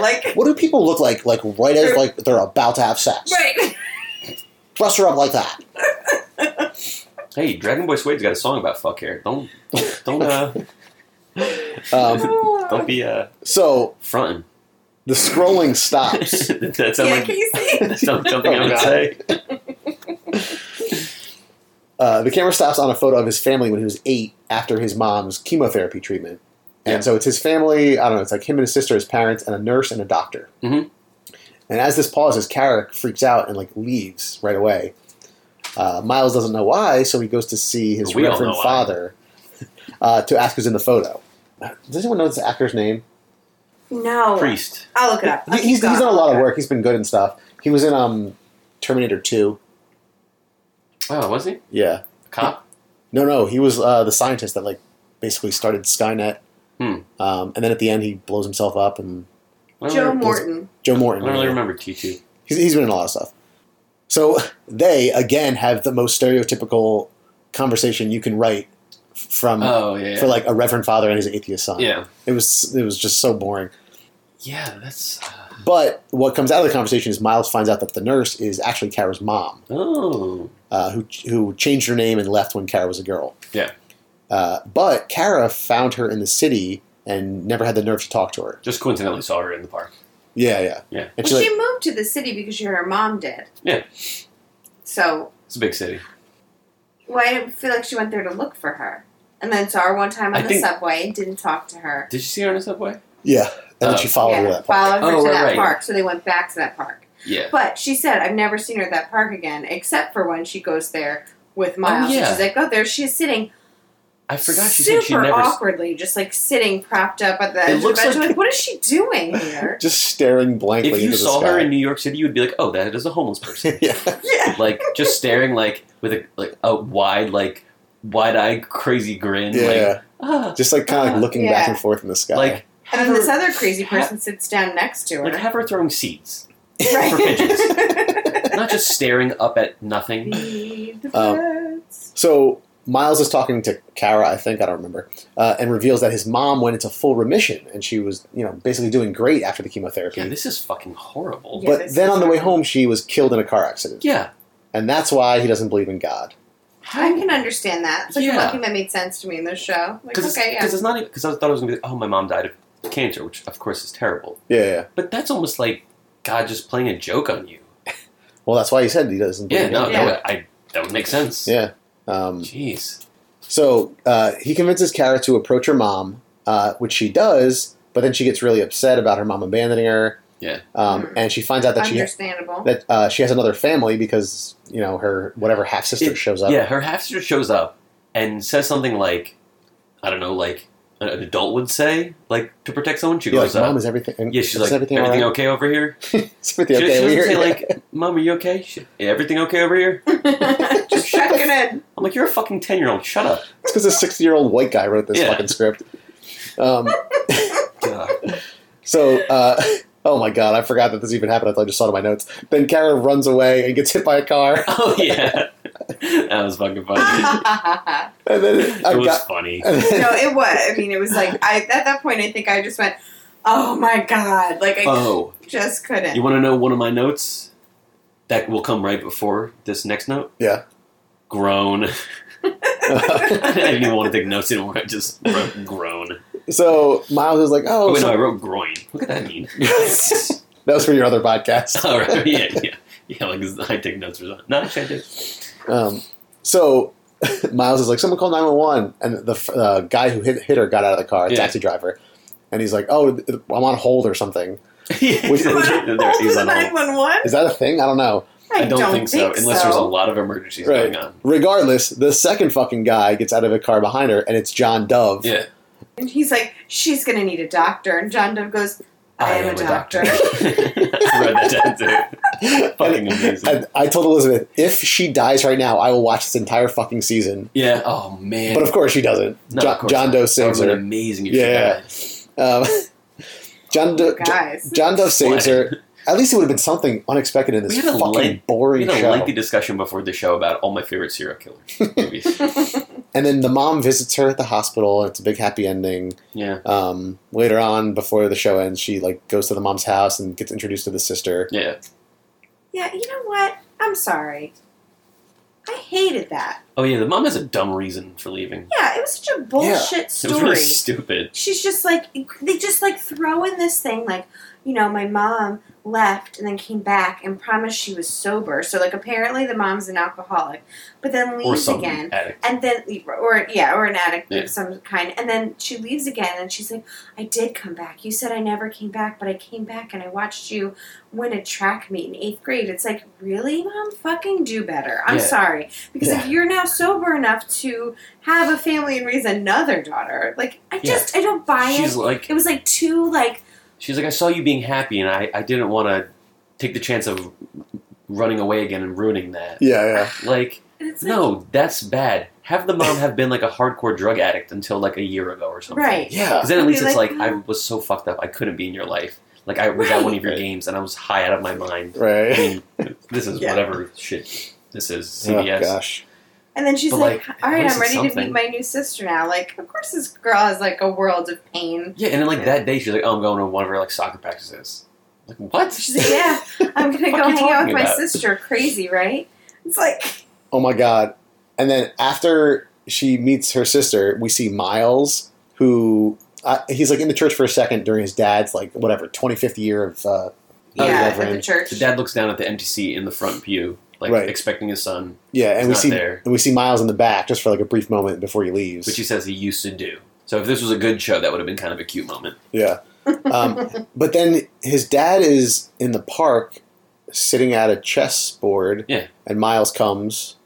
Speaker 3: (laughs)
Speaker 5: Like,
Speaker 3: What do people look like? Like right as like they're about to have sex.
Speaker 5: (laughs) right?
Speaker 3: Dress her up like that.
Speaker 4: Hey, Dragon Boy Suede's got a song about fuck hair. Don't, don't, uh,
Speaker 3: Um,
Speaker 4: don't be uh,
Speaker 3: so
Speaker 4: fronting.
Speaker 3: the scrolling stops.
Speaker 4: (laughs) that sounds
Speaker 5: yeah,
Speaker 4: like
Speaker 5: can you see?
Speaker 3: (laughs)
Speaker 4: some- (laughs) something I
Speaker 3: Oh,
Speaker 4: would
Speaker 5: (laughs)
Speaker 3: God.
Speaker 4: say.
Speaker 3: Uh, the camera stops on a photo of his family when he was eight after his mom's chemotherapy treatment. And
Speaker 4: Yeah.
Speaker 3: so it's his family, I don't know, it's like him and his sister, his parents, and a nurse and a doctor.
Speaker 4: Mhm.
Speaker 3: And as this pauses, Kara freaks out and like leaves right away. Uh, Miles doesn't know why, so he goes to see his
Speaker 4: We all
Speaker 3: reverend
Speaker 4: know why.
Speaker 3: father (laughs) uh, to ask who's in the photo. Does anyone know this actor's name?
Speaker 5: No,
Speaker 4: Priest.
Speaker 5: I'll look it up. I'll
Speaker 3: He- he's, he's
Speaker 5: keep going.
Speaker 3: done a lot of work. He's been good and stuff. He was in um, Terminator 2.
Speaker 4: Oh, was he?
Speaker 3: Yeah.
Speaker 4: Cop?
Speaker 3: No, no, he was uh, the scientist that like basically started Skynet.
Speaker 4: Hmm.
Speaker 3: Um, and then at the end, he blows himself up. And
Speaker 4: I don't,
Speaker 5: Joe
Speaker 4: really,
Speaker 5: Morton.
Speaker 3: Joe
Speaker 4: I
Speaker 3: Morton,
Speaker 4: don't really
Speaker 3: yeah.
Speaker 4: remember T2.
Speaker 3: He's, he's been in a lot of stuff. So they again have the most stereotypical conversation you can write f- from
Speaker 4: Oh, yeah.
Speaker 3: for like a reverend father and his atheist son.
Speaker 4: yeah.
Speaker 3: it was it was just so boring.
Speaker 4: Yeah, that's. Uh,
Speaker 3: But what comes out of the conversation is Miles finds out that the nurse is actually Kara's mom.
Speaker 4: oh.
Speaker 3: uh, who who changed her name and left when Kara was a girl.
Speaker 4: Yeah.
Speaker 3: Uh, but Kara found her in the city and never had the nerve to talk to her.
Speaker 4: Just coincidentally saw her in the park.
Speaker 3: Yeah, yeah,
Speaker 4: Yeah.
Speaker 3: And she's
Speaker 5: well,
Speaker 3: like,
Speaker 5: she moved to the city because her mom did.
Speaker 4: Yeah.
Speaker 5: So
Speaker 4: It's a big city.
Speaker 5: Well, I feel like she went there to look for her. And then saw her one time on
Speaker 4: I
Speaker 5: the
Speaker 4: think-
Speaker 5: subway and didn't talk to her.
Speaker 4: Did you see her on a subway?
Speaker 3: yeah, and then
Speaker 4: Oh.
Speaker 3: she followed her
Speaker 5: yeah,
Speaker 3: to that park.
Speaker 5: followed her
Speaker 4: Oh,
Speaker 5: to
Speaker 4: right,
Speaker 5: that
Speaker 4: right.
Speaker 5: park. So they went back to that park.
Speaker 4: Yeah.
Speaker 5: But she said, I've never seen her at that park again, except for when she goes there with Miles. And
Speaker 4: yeah.
Speaker 5: She's like, oh, there she is sitting
Speaker 4: I forgot she
Speaker 5: super
Speaker 4: said she never.
Speaker 5: awkwardly, just like sitting propped up at the
Speaker 4: It
Speaker 5: edge of the
Speaker 4: looks
Speaker 5: bench. I'm
Speaker 4: like-
Speaker 5: like, what is she doing
Speaker 4: (laughs)
Speaker 5: here?
Speaker 3: Just staring blankly
Speaker 4: If you
Speaker 3: into the
Speaker 4: saw
Speaker 3: sky.
Speaker 4: her in New York City, you would be like, "Oh, that is a homeless person."
Speaker 3: (laughs) yeah,
Speaker 5: yeah.
Speaker 4: like just staring, like with a like a wide, like wide-eyed, crazy grin. Like,
Speaker 3: yeah,
Speaker 4: ah,
Speaker 3: just like kind of like looking back
Speaker 5: Uh, Yeah.
Speaker 3: and forth in the sky.
Speaker 4: like
Speaker 5: And
Speaker 4: have
Speaker 5: then this
Speaker 4: her,
Speaker 5: other crazy person sits down next to her. (laughs)
Speaker 4: like have her throwing seeds, (laughs) for pigeons.
Speaker 5: right. (laughs)
Speaker 4: not just staring up at nothing.
Speaker 5: Feed the
Speaker 3: Um,
Speaker 5: birds.
Speaker 3: so. Miles is talking to Kara, I think I don't remember, uh, and reveals that his mom went into full remission and she was, you know, basically doing great after the chemotherapy.
Speaker 4: Yeah, this is fucking horrible.
Speaker 5: Yeah.
Speaker 4: Yeah.
Speaker 3: but
Speaker 5: this
Speaker 3: then
Speaker 5: is
Speaker 3: on the way
Speaker 5: horrible.
Speaker 3: home, she was killed in a car accident. And that's why he doesn't believe in God.
Speaker 5: I can understand that. It's like the
Speaker 4: Yeah.
Speaker 5: one thing that made sense to me in this show. Like,
Speaker 4: Because
Speaker 5: okay, yeah.
Speaker 4: it's, not even because I thought it was gonna be like, oh my mom died of cancer, which of course is terrible.
Speaker 3: Yeah, yeah.
Speaker 4: But that's almost like God just playing a joke on you.
Speaker 3: Well, that's why he said he doesn't believe
Speaker 4: Yeah,
Speaker 3: in
Speaker 4: no,
Speaker 3: God.
Speaker 4: That, would, I, that would make sense.
Speaker 3: Yeah. Um,
Speaker 4: Jeez.
Speaker 3: so uh, he convinces Kara to approach her mom, uh, which she does, but then she gets really upset about her mom abandoning her.
Speaker 4: Yeah.
Speaker 3: Um,
Speaker 5: Hmm.
Speaker 3: And she finds out that she
Speaker 5: Understandable. (laughs)
Speaker 3: that uh, she has another family because you know her whatever half sister
Speaker 4: It-
Speaker 3: shows up.
Speaker 4: Yeah, her half sister shows up and says something like, I don't know, like an an adult would say, like to protect someone. She
Speaker 3: You're like,
Speaker 4: goes up.
Speaker 3: mom, is everything?
Speaker 4: yeah, she's
Speaker 3: is
Speaker 4: like,
Speaker 3: everything,
Speaker 4: everything,
Speaker 3: all right? (laughs)
Speaker 4: okay over here?
Speaker 3: Is everything
Speaker 4: she,
Speaker 3: okay?
Speaker 4: she
Speaker 3: over
Speaker 4: doesn't
Speaker 3: here? (laughs)
Speaker 4: say like, mom, are you okay? She, everything okay over here?
Speaker 5: Just checking (laughs) in.
Speaker 4: I'm like, you're a fucking ten year old.
Speaker 3: (laughs)
Speaker 4: Shut up. (laughs)
Speaker 3: it's because a sixty-year-old white guy wrote this
Speaker 4: Yeah.
Speaker 3: fucking script. Um,
Speaker 4: God.
Speaker 3: So, uh, (laughs) oh my god, I forgot that this even happened. I thought I just saw it in my notes. Then Kara runs away and gets hit by a car, (laughs)
Speaker 4: Oh yeah, (laughs) that was fucking funny.
Speaker 5: no,
Speaker 3: and then
Speaker 4: It
Speaker 3: I
Speaker 4: was
Speaker 3: got.
Speaker 4: funny.
Speaker 3: And then,
Speaker 5: it was. I mean, it was like I at that point. I think I just went, "Oh my god!"
Speaker 4: (laughs)
Speaker 5: Like I
Speaker 4: Oh,
Speaker 5: just couldn't.
Speaker 4: you want to know one of my notes that will come right before this next note?
Speaker 3: (laughs) Yeah.
Speaker 4: Groan. (laughs) I didn't even want to take notes anymore. I just wrote groan.
Speaker 3: so Miles is like, "Oh,
Speaker 4: Oh, wait, no,
Speaker 3: so-
Speaker 4: I wrote groin. What could that mean?
Speaker 3: that was for your other podcast."
Speaker 4: (laughs) All right, yeah, yeah, yeah. Like I take notes or something. No, actually, I (laughs) did.
Speaker 3: Um, so (laughs) Miles is like, "Someone call nine one one," and the uh, guy who hit, hit her got out of the car, a
Speaker 4: Yeah.
Speaker 3: taxi driver, and he's like, "Oh, th- I'm on hold or something."
Speaker 4: He's
Speaker 5: You
Speaker 4: on
Speaker 5: (laughs) want to
Speaker 4: hold.
Speaker 5: hold the nine one one?
Speaker 3: Is that a thing? I don't know.
Speaker 5: I don't
Speaker 4: think so, unless there's a lot of emergencies
Speaker 3: Right.
Speaker 4: going on.
Speaker 3: Regardless, the second fucking guy gets out of a car behind her, and it's John Dove.
Speaker 4: Yeah,
Speaker 5: And he's like, she's going to need a doctor. And John Doe goes, I, am, a
Speaker 4: (laughs)
Speaker 5: doctor.
Speaker 4: I wrote that down too.
Speaker 3: (laughs)
Speaker 4: Fucking amazing.
Speaker 3: I, I told Elizabeth, if she dies right now, I will watch this entire fucking season.
Speaker 4: yeah. Oh man.
Speaker 3: But of course she doesn't.
Speaker 4: No,
Speaker 3: Jo-
Speaker 4: of course
Speaker 3: John
Speaker 4: not.
Speaker 3: Doe
Speaker 4: That
Speaker 3: sings
Speaker 4: would've been
Speaker 3: her.
Speaker 4: Amazing. If
Speaker 3: Yeah.
Speaker 4: She
Speaker 3: Um, (laughs)
Speaker 5: Oh,
Speaker 3: John
Speaker 4: (laughs)
Speaker 3: Doe. Jo-
Speaker 5: Guys.
Speaker 3: John Dove saves
Speaker 4: What?
Speaker 3: her. At least it would have been something unexpected in this
Speaker 4: We had a
Speaker 3: fucking
Speaker 4: length-
Speaker 3: boring
Speaker 4: died. We had a
Speaker 3: show.
Speaker 4: lengthy discussion before the show about all my favorite serial killer
Speaker 3: (laughs)
Speaker 4: movies.
Speaker 3: and then the mom visits her at the hospital, and it's a big happy ending.
Speaker 4: yeah.
Speaker 3: Um, later on, before the show ends, she like goes to the mom's house and gets introduced to the sister.
Speaker 4: Yeah.
Speaker 5: yeah, you know what? I'm sorry. I hated that.
Speaker 4: Oh yeah. The mom has a dumb reason for leaving.
Speaker 5: Yeah, it was such a bullshit
Speaker 4: It
Speaker 5: story.
Speaker 4: was really stupid.
Speaker 5: she's just like they just like throw in this thing like you know my mom left and then came back and promised she was sober so like apparently the mom's an alcoholic but then
Speaker 4: Or
Speaker 5: leaves
Speaker 4: something.
Speaker 5: again
Speaker 4: Addict.
Speaker 5: and then or yeah or an addict
Speaker 4: Yeah.
Speaker 5: of some kind and then she leaves again and she's like i did come back you said i never came back but i came back and i watched you win a track meet in eighth grade it's like really mom fucking do better i'm
Speaker 4: Yeah.
Speaker 5: sorry because if
Speaker 4: Yeah.
Speaker 5: you're now sober enough to have a family and raise another daughter like i
Speaker 4: Yeah.
Speaker 5: just i don't buy
Speaker 4: She's
Speaker 5: it
Speaker 4: like,
Speaker 5: it was like too like
Speaker 4: she's like, I saw you being happy, and I, I didn't want to take the chance of running away again and ruining that.
Speaker 3: (laughs) Yeah, yeah.
Speaker 4: Like,
Speaker 5: and it's like,
Speaker 4: no, that's bad. Have the mom have been like a hardcore drug addict until like a year ago or something.
Speaker 5: right
Speaker 3: Yeah.
Speaker 4: Because then at
Speaker 5: I'd be
Speaker 4: least it's
Speaker 5: like,
Speaker 4: like, I was so fucked up, I couldn't be in your life. Like I was at one of
Speaker 3: (laughs)
Speaker 4: your
Speaker 3: Right.
Speaker 4: games and I was high out of my mind. I
Speaker 3: Right.
Speaker 4: mean, this is
Speaker 5: Yeah.
Speaker 4: whatever shit this is.
Speaker 3: (laughs) Oh,
Speaker 4: CBS.
Speaker 3: gosh.
Speaker 5: and then she's
Speaker 4: But,
Speaker 5: like,
Speaker 4: like,
Speaker 5: all
Speaker 4: at
Speaker 5: right
Speaker 4: least
Speaker 5: i'm
Speaker 4: it's
Speaker 5: ready to
Speaker 4: something.
Speaker 5: meet my new sister now like of course this girl has like a world of pain
Speaker 4: yeah, and then like that day she's like, oh, I'm going to one of her like soccer practices. Like what?
Speaker 5: She's like, yeah, I'm gonna
Speaker 4: Fuck
Speaker 5: go
Speaker 4: you
Speaker 5: hang out
Speaker 4: talking
Speaker 5: with my
Speaker 4: about?
Speaker 5: sister. Crazy, right? It's like,
Speaker 3: Oh my god. And then after she meets her sister, we see Miles, who uh, he's like in the church for a second during his dad's like whatever 25th year of uh,
Speaker 4: Oh,
Speaker 5: yeah,
Speaker 3: yeah,
Speaker 5: at the
Speaker 3: Reverend.
Speaker 4: (laughs)
Speaker 5: church.
Speaker 4: The dad looks down at the empty seat in the front pew, like
Speaker 3: Right.
Speaker 4: expecting his son,
Speaker 3: yeah, and
Speaker 4: He's
Speaker 3: we
Speaker 4: not
Speaker 3: see
Speaker 4: there.
Speaker 3: and we see Miles in the back just for like a brief moment before he leaves.
Speaker 4: which he says he used to do. So if this was a good show, that would have been kind of a cute moment.
Speaker 5: (laughs)
Speaker 3: Yeah. Um, but then his dad is in the park sitting at a chessboard.
Speaker 4: Yeah.
Speaker 3: And Miles comes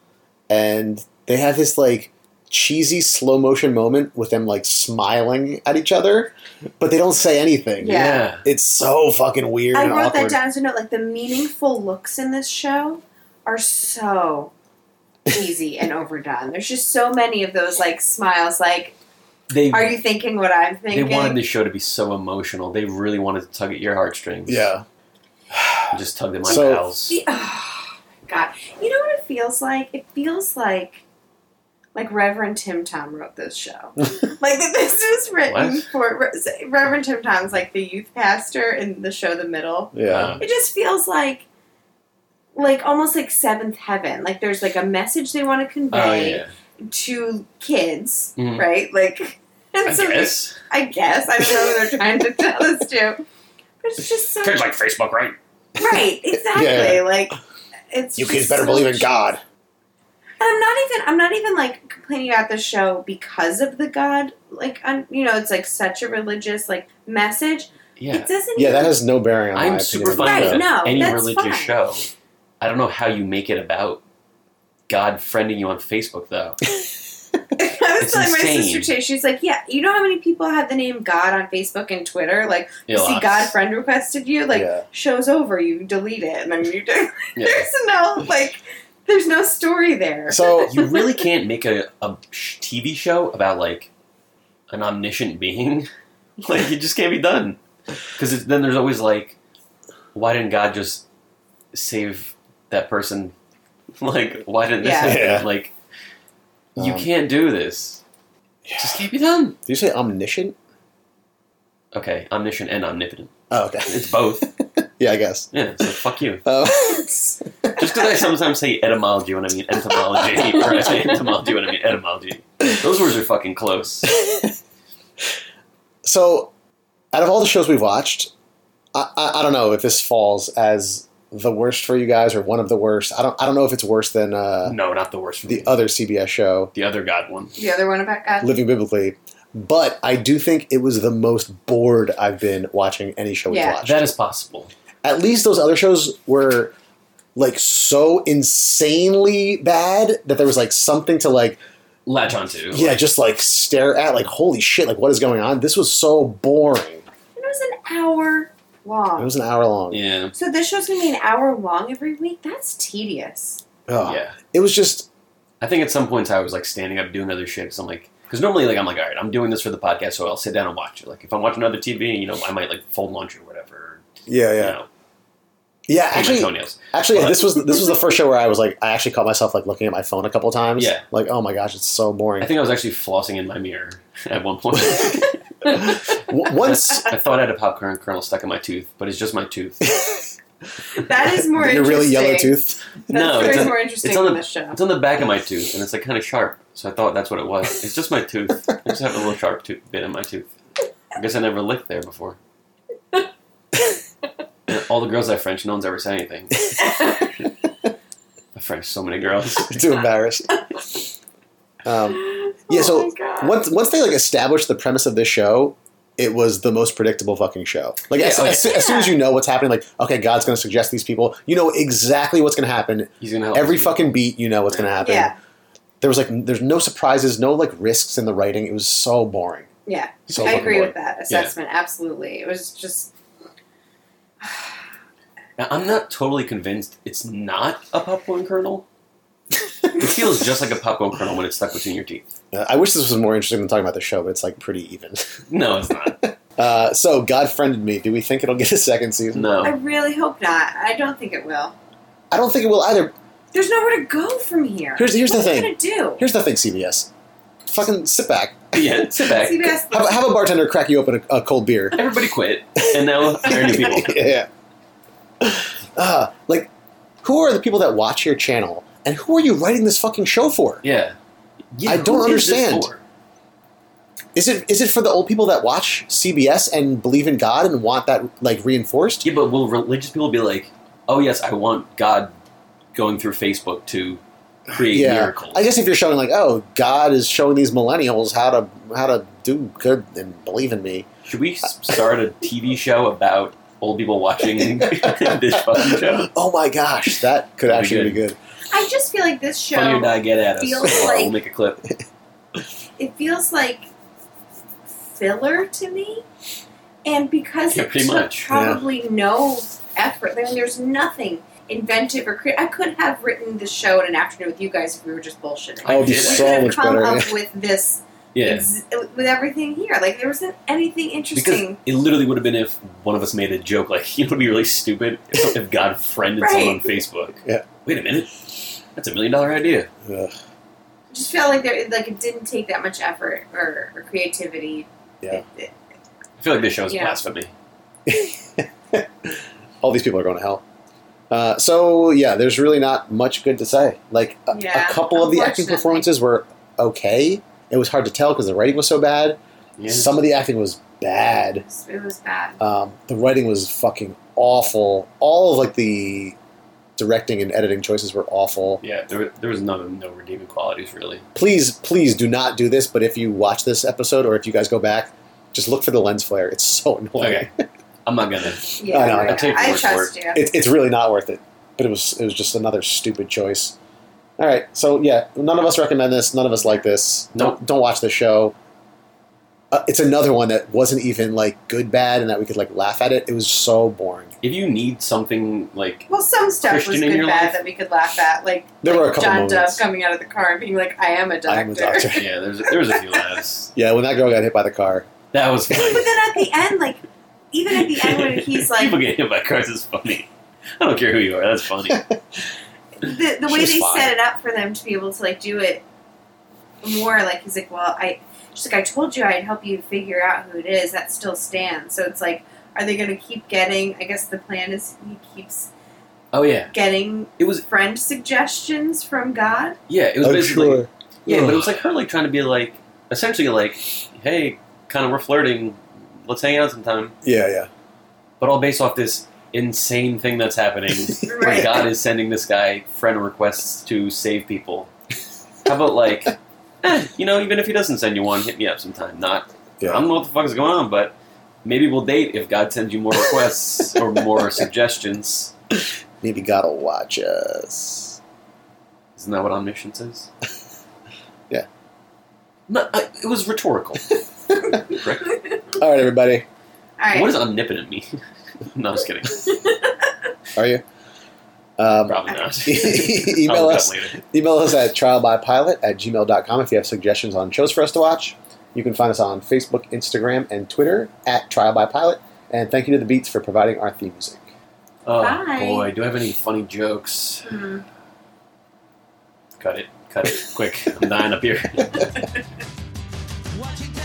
Speaker 3: and they have this like cheesy slow motion moment with them like smiling at each other, but they don't say anything.
Speaker 5: Yeah.
Speaker 3: It's so fucking weird
Speaker 5: I
Speaker 3: and
Speaker 5: wrote that
Speaker 3: awkward.
Speaker 5: down as a note. Like the meaningful looks in this show are so easy and overdone. There's just so many of those like smiles. Like,
Speaker 4: They
Speaker 5: are you thinking what I'm
Speaker 4: they
Speaker 5: thinking?
Speaker 4: wanted the show to be so emotional. They really wanted to tug at your heartstrings.
Speaker 3: Yeah. (laughs)
Speaker 4: And just tug at my
Speaker 3: So-
Speaker 4: pals.
Speaker 5: The- oh, God, you know what it feels like? It feels like like Reverend Tim Tom wrote this show. like (laughs) that this was written
Speaker 4: What?
Speaker 5: for Re- Reverend Tim Tom's like the youth pastor in the show The Middle.
Speaker 4: Uh,
Speaker 3: Yeah.
Speaker 5: It just feels like like almost like seventh heaven. Like there's like a message they want to
Speaker 4: Oh
Speaker 5: convey
Speaker 4: yeah.
Speaker 5: to kids,
Speaker 3: Mm-hmm.
Speaker 4: Mhm.
Speaker 5: right? Like (laughs) and
Speaker 4: I
Speaker 5: so
Speaker 4: guess.
Speaker 5: I guess I don't know who
Speaker 3: (laughs)
Speaker 5: they're trying to tell us to. But it's just so
Speaker 4: Kids like Facebook, right?
Speaker 5: (laughs) right, exactly.
Speaker 3: Yeah.
Speaker 5: Like it's
Speaker 3: You
Speaker 5: just
Speaker 3: kids better
Speaker 5: so
Speaker 3: believe in God.
Speaker 5: and I'm not even I'm not even like complaining about the show because of the God like un, you know it's like such a religious like message.
Speaker 4: Yeah.
Speaker 5: It doesn't.
Speaker 3: Yeah,
Speaker 5: even,
Speaker 3: that has no bearing on my
Speaker 4: I'm super
Speaker 3: opinion.
Speaker 4: fine
Speaker 5: Right,
Speaker 4: with it.
Speaker 5: no,
Speaker 4: any
Speaker 5: that's
Speaker 4: religious
Speaker 5: fine.
Speaker 4: show. I don't know how you make it about God friending you on Facebook though.
Speaker 5: (laughs) I was
Speaker 4: it's
Speaker 5: telling my
Speaker 4: insane.
Speaker 5: sister today. She's like, yeah, you know how many people have the name God on Facebook and Twitter? Like,
Speaker 4: Yeah,
Speaker 5: you (laughs) see
Speaker 4: lots.
Speaker 5: God friend requested you. Like,
Speaker 3: Yeah.
Speaker 5: show's over. You delete it, and then you do.
Speaker 4: Yeah.
Speaker 5: (laughs) there's no like, there's no story there.
Speaker 3: So
Speaker 4: You really can't make a, a sh- TV show about like an omniscient being. (laughs) Like it just can't be done because then there's always like, why didn't God just save that person? (laughs) Like why didn't this
Speaker 5: Yeah.
Speaker 4: happen?
Speaker 3: Yeah.
Speaker 4: Like you
Speaker 3: Um,
Speaker 4: can't do this. It just can't be done.
Speaker 3: do you say omniscient?
Speaker 4: Okay, omniscient and omnipotent.
Speaker 3: Oh, okay.
Speaker 4: It's both.
Speaker 3: Yeah, I guess.
Speaker 4: yeah. So fuck you.
Speaker 3: Uh,
Speaker 4: Just because I sometimes say etymology when I mean entomology, (laughs) or I say entomology when I mean etymology. Those words are fucking close.
Speaker 3: (laughs) So, out of all the shows we've watched, I, I, I don't know if this falls as the worst for you guys or one of the worst. I don't I don't know if it's worse than uh,
Speaker 4: No, not the worst. for me.
Speaker 3: the other CBS show,
Speaker 4: the other god one.
Speaker 5: the other one about God.
Speaker 3: Living Biblically, but I do think it was the most bored I've been watching any show
Speaker 5: Yeah.
Speaker 3: we've watched.
Speaker 4: That is possible.
Speaker 3: At least those other shows were like so insanely bad that there was like something to like
Speaker 4: latch onto.
Speaker 3: yeah, just like stare at, like, holy shit, like, what is going on? This was so boring.
Speaker 5: It was an hour
Speaker 3: It
Speaker 5: long.
Speaker 3: was an hour long.
Speaker 4: Yeah.
Speaker 5: so this show's gonna be an hour long every week. That's tedious.
Speaker 3: Ugh.
Speaker 4: Yeah.
Speaker 3: It was just,
Speaker 4: I think at some points I was like standing up doing other shit 'cause I'm like, because normally like I'm like, all right, I'm doing this for the podcast, so I'll sit down and watch it. Like if I'm watching other TV, you know, I might like fold lunch or whatever.
Speaker 3: yeah,
Speaker 4: You
Speaker 3: yeah.
Speaker 4: know,
Speaker 3: Yeah,
Speaker 4: paint my
Speaker 3: actually,
Speaker 4: toenails.
Speaker 3: actually,
Speaker 4: But-
Speaker 3: this was this was the first show where I was like, I actually caught myself like looking at my phone a couple times.
Speaker 4: Yeah.
Speaker 3: Like, oh my gosh, it's so boring.
Speaker 4: I think I was actually flossing in my mirror (laughs) at one point.
Speaker 3: W- Once
Speaker 4: (laughs) I thought I had a popcorn kernel stuck in my tooth, but it's just my tooth.
Speaker 5: That is
Speaker 3: (laughs)
Speaker 5: more
Speaker 3: you're
Speaker 5: interesting.
Speaker 3: really yellow tooth.
Speaker 5: (laughs) That's
Speaker 4: No,
Speaker 5: way
Speaker 4: it's on-
Speaker 5: more interesting
Speaker 4: it's on
Speaker 5: than
Speaker 4: the-
Speaker 5: this show.
Speaker 4: It's on the back of my tooth, and it's like kind of sharp. So I thought that's what it was. It's just my tooth. I just have a little sharp tooth bit in my tooth. I guess I never licked there before. And all the girls I French, no one's ever said anything. I French so many girls.
Speaker 3: Too embarrassed. Um, yeah,
Speaker 5: Oh
Speaker 3: so
Speaker 5: my God.
Speaker 3: once once they like established the premise of this show, it was the most predictable fucking show. Like
Speaker 4: Yeah,
Speaker 3: as,
Speaker 4: oh, yeah.
Speaker 3: as, soo- as soon as you know what's happening, like okay, God's going to suggest these people. You know exactly what's going to happen.
Speaker 4: He's gonna help
Speaker 3: Every
Speaker 4: me.
Speaker 3: fucking beat, you know what's going to happen.
Speaker 5: Yeah,
Speaker 3: There was like n- there's no surprises, no like risks in the writing. It was so boring.
Speaker 5: yeah.
Speaker 3: So
Speaker 5: I
Speaker 3: fucking
Speaker 5: agree
Speaker 3: boring.
Speaker 5: with that assessment. Absolutely. It was just
Speaker 4: Now, I'm not totally convinced it's not a popcorn kernel. it feels just like a popcorn kernel when it's stuck between your teeth.
Speaker 3: Uh, I wish this was more interesting than talking about the show, but it's like pretty even.
Speaker 4: No, it's not.
Speaker 3: Uh, so God friended me. Do we think it'll get a second season?
Speaker 5: I
Speaker 4: No.
Speaker 5: really hope not. I don't think it will.
Speaker 3: I don't think it will either.
Speaker 5: There's nowhere to go from here.
Speaker 3: Here's- here's the
Speaker 5: What are you
Speaker 3: thing.
Speaker 5: gonna do?
Speaker 3: Here's the thing, CBS. Fucking sit back.
Speaker 4: Yeah, sit back.
Speaker 5: CBS.
Speaker 3: Have, have a bartender crack you open a, a cold beer.
Speaker 4: Everybody quit, and now there are new people.
Speaker 3: (laughs) yeah. Uh, like, who are the people that watch your channel, and who are you writing this fucking show for?
Speaker 4: Yeah. yeah
Speaker 3: I don't
Speaker 4: who is this
Speaker 3: understand.
Speaker 4: for?
Speaker 3: Is it is it for the old people that watch CBS and believe in God and want that like reinforced?
Speaker 4: Yeah, but will religious people be like, "Oh yes, I want God going through Facebook to create miracles"?
Speaker 3: I guess if you're showing like, oh, God is showing these millennials how to how to do good and believe in me.
Speaker 4: Should we s- start a TV show about old people watching (laughs) this fucking show?
Speaker 3: (gasps) Oh my gosh, that could
Speaker 4: That'd be
Speaker 3: actually be good.
Speaker 5: I just feel like this show.
Speaker 4: Funny or die, get at us.
Speaker 5: feels
Speaker 4: Or
Speaker 5: like-
Speaker 4: we'll make a clip.
Speaker 5: it feels like filler to me. And because
Speaker 4: Yeah,
Speaker 5: it
Speaker 4: pretty
Speaker 5: took
Speaker 4: much,
Speaker 5: probably no effort, I mean, there's nothing inventive or creative. I could have written the show in an afternoon with you guys if we were just bullshitting.
Speaker 4: I
Speaker 3: That would be
Speaker 4: did it.
Speaker 5: we could
Speaker 3: so
Speaker 5: have
Speaker 3: much
Speaker 5: come
Speaker 3: better.
Speaker 5: up with this,
Speaker 4: Yeah,
Speaker 5: ex- with everything here. Like there wasn't anything
Speaker 4: because
Speaker 5: interesting.
Speaker 4: it literally would have been if one of us made a joke like, (laughs) "You know, it'd be really stupid if, if God friended someone on
Speaker 5: Right.
Speaker 4: Facebook."
Speaker 3: Yeah.
Speaker 4: Wait a minute, that's a million dollar idea.
Speaker 3: Ugh,
Speaker 5: I just felt like there, like it didn't take that much effort or, or creativity.
Speaker 3: Yeah.
Speaker 5: It-
Speaker 4: I feel like this show is
Speaker 5: Yeah.
Speaker 4: blasphemy.
Speaker 3: all these people are going to hell. Uh, so yeah, there's really not much good to say. Like a,
Speaker 5: Yeah,
Speaker 3: a couple of the acting
Speaker 5: unfortunately.
Speaker 3: performances were okay. It was hard to tell because the writing was so bad.
Speaker 4: Yeah.
Speaker 3: Some of the acting was
Speaker 5: it,
Speaker 3: bad.
Speaker 5: was- it was bad.
Speaker 3: Um, the writing was fucking awful. All of like the directing and editing choices were awful.
Speaker 4: Yeah, there, there was no, no redeeming qualities really.
Speaker 3: Please, please do not do this. But if you watch this episode or if you guys go back, just look for the lens flare. It's so (laughs) annoying.
Speaker 4: Okay, I'm not gonna.
Speaker 5: Yeah,
Speaker 3: I know,
Speaker 5: right.
Speaker 4: I take your
Speaker 5: I
Speaker 4: word for
Speaker 5: trust you.
Speaker 3: It, it's really not worth it. But it was it was just another stupid choice. All right, so yeah, none of us recommend this. None of us like this.
Speaker 4: Nope.
Speaker 3: Don't don't watch the show. Uh, it's another one that wasn't even like good bad, and that we could like laugh at it. It was so boring.
Speaker 4: If you need something like,
Speaker 5: Well, some stuff
Speaker 4: Christian
Speaker 5: was
Speaker 4: in
Speaker 5: good
Speaker 4: your
Speaker 5: bad
Speaker 4: life?
Speaker 5: that we could laugh at, like
Speaker 3: There were a
Speaker 5: like
Speaker 3: couple
Speaker 5: John
Speaker 3: moments.
Speaker 5: Dove coming out of the car and being like, "I am a doctor."
Speaker 3: I am a doctor. (laughs)
Speaker 4: yeah, there's there was a few laughs.
Speaker 3: yeah, when that girl got hit by the car,
Speaker 4: That was funny.
Speaker 5: (laughs) but then at the end, like even at the end when he's
Speaker 4: (laughs)
Speaker 5: like
Speaker 4: people get hit by cars is funny. I don't care who you are, that's funny.
Speaker 5: the, the way
Speaker 3: She's
Speaker 5: they
Speaker 3: fine.
Speaker 5: set it up for them to be able to like do it more, like he's like, "Well, I," she's like, "I told you I'd help you figure out who it is." That still stands. So it's like, are they going to keep getting? I guess the plan is he keeps
Speaker 4: Oh yeah,
Speaker 5: getting
Speaker 4: it was
Speaker 5: friend suggestions from God.
Speaker 4: yeah, it was
Speaker 3: I'm
Speaker 4: basically
Speaker 3: Oh, sure.
Speaker 4: yeah, but it was like her like trying to be like essentially like, hey, kind of we're flirting, let's hang out sometime,
Speaker 3: Yeah, yeah.
Speaker 4: but all based off this insane thing that's happening where
Speaker 5: Right.
Speaker 4: God is sending this guy friend requests to save people. How about like, eh, you know, even if he doesn't send you one, hit me up sometime. Not
Speaker 3: Yeah.
Speaker 4: I don't know what the fuck is going on, but maybe we'll date if God sends you
Speaker 3: (laughs)
Speaker 4: more requests or more suggestions.
Speaker 3: Maybe God'll watch us.
Speaker 4: Isn't that what omniscience is?
Speaker 3: Yeah.
Speaker 4: No, I, it was
Speaker 3: (laughs)
Speaker 4: rhetorical. Rick,
Speaker 3: All right, everybody.
Speaker 5: All right.
Speaker 4: What does omnipotent mean? (laughs) no, I was kidding.
Speaker 3: Are you? Um,
Speaker 4: Probably not. I'll
Speaker 3: (laughs) email
Speaker 4: look it up
Speaker 3: us.
Speaker 4: later.
Speaker 3: Email us at trialbypilot at gmail.com if you have suggestions on shows for us to watch. You can find us on Facebook, Instagram, and Twitter at Trial by Pilot. And thank you to the Beats for providing our theme music.
Speaker 4: Oh
Speaker 5: Bye.
Speaker 4: boy, do I have any funny jokes?
Speaker 5: Hmm.
Speaker 4: Cut it. Cut it. Quick. I'm dying up here.
Speaker 2: Watching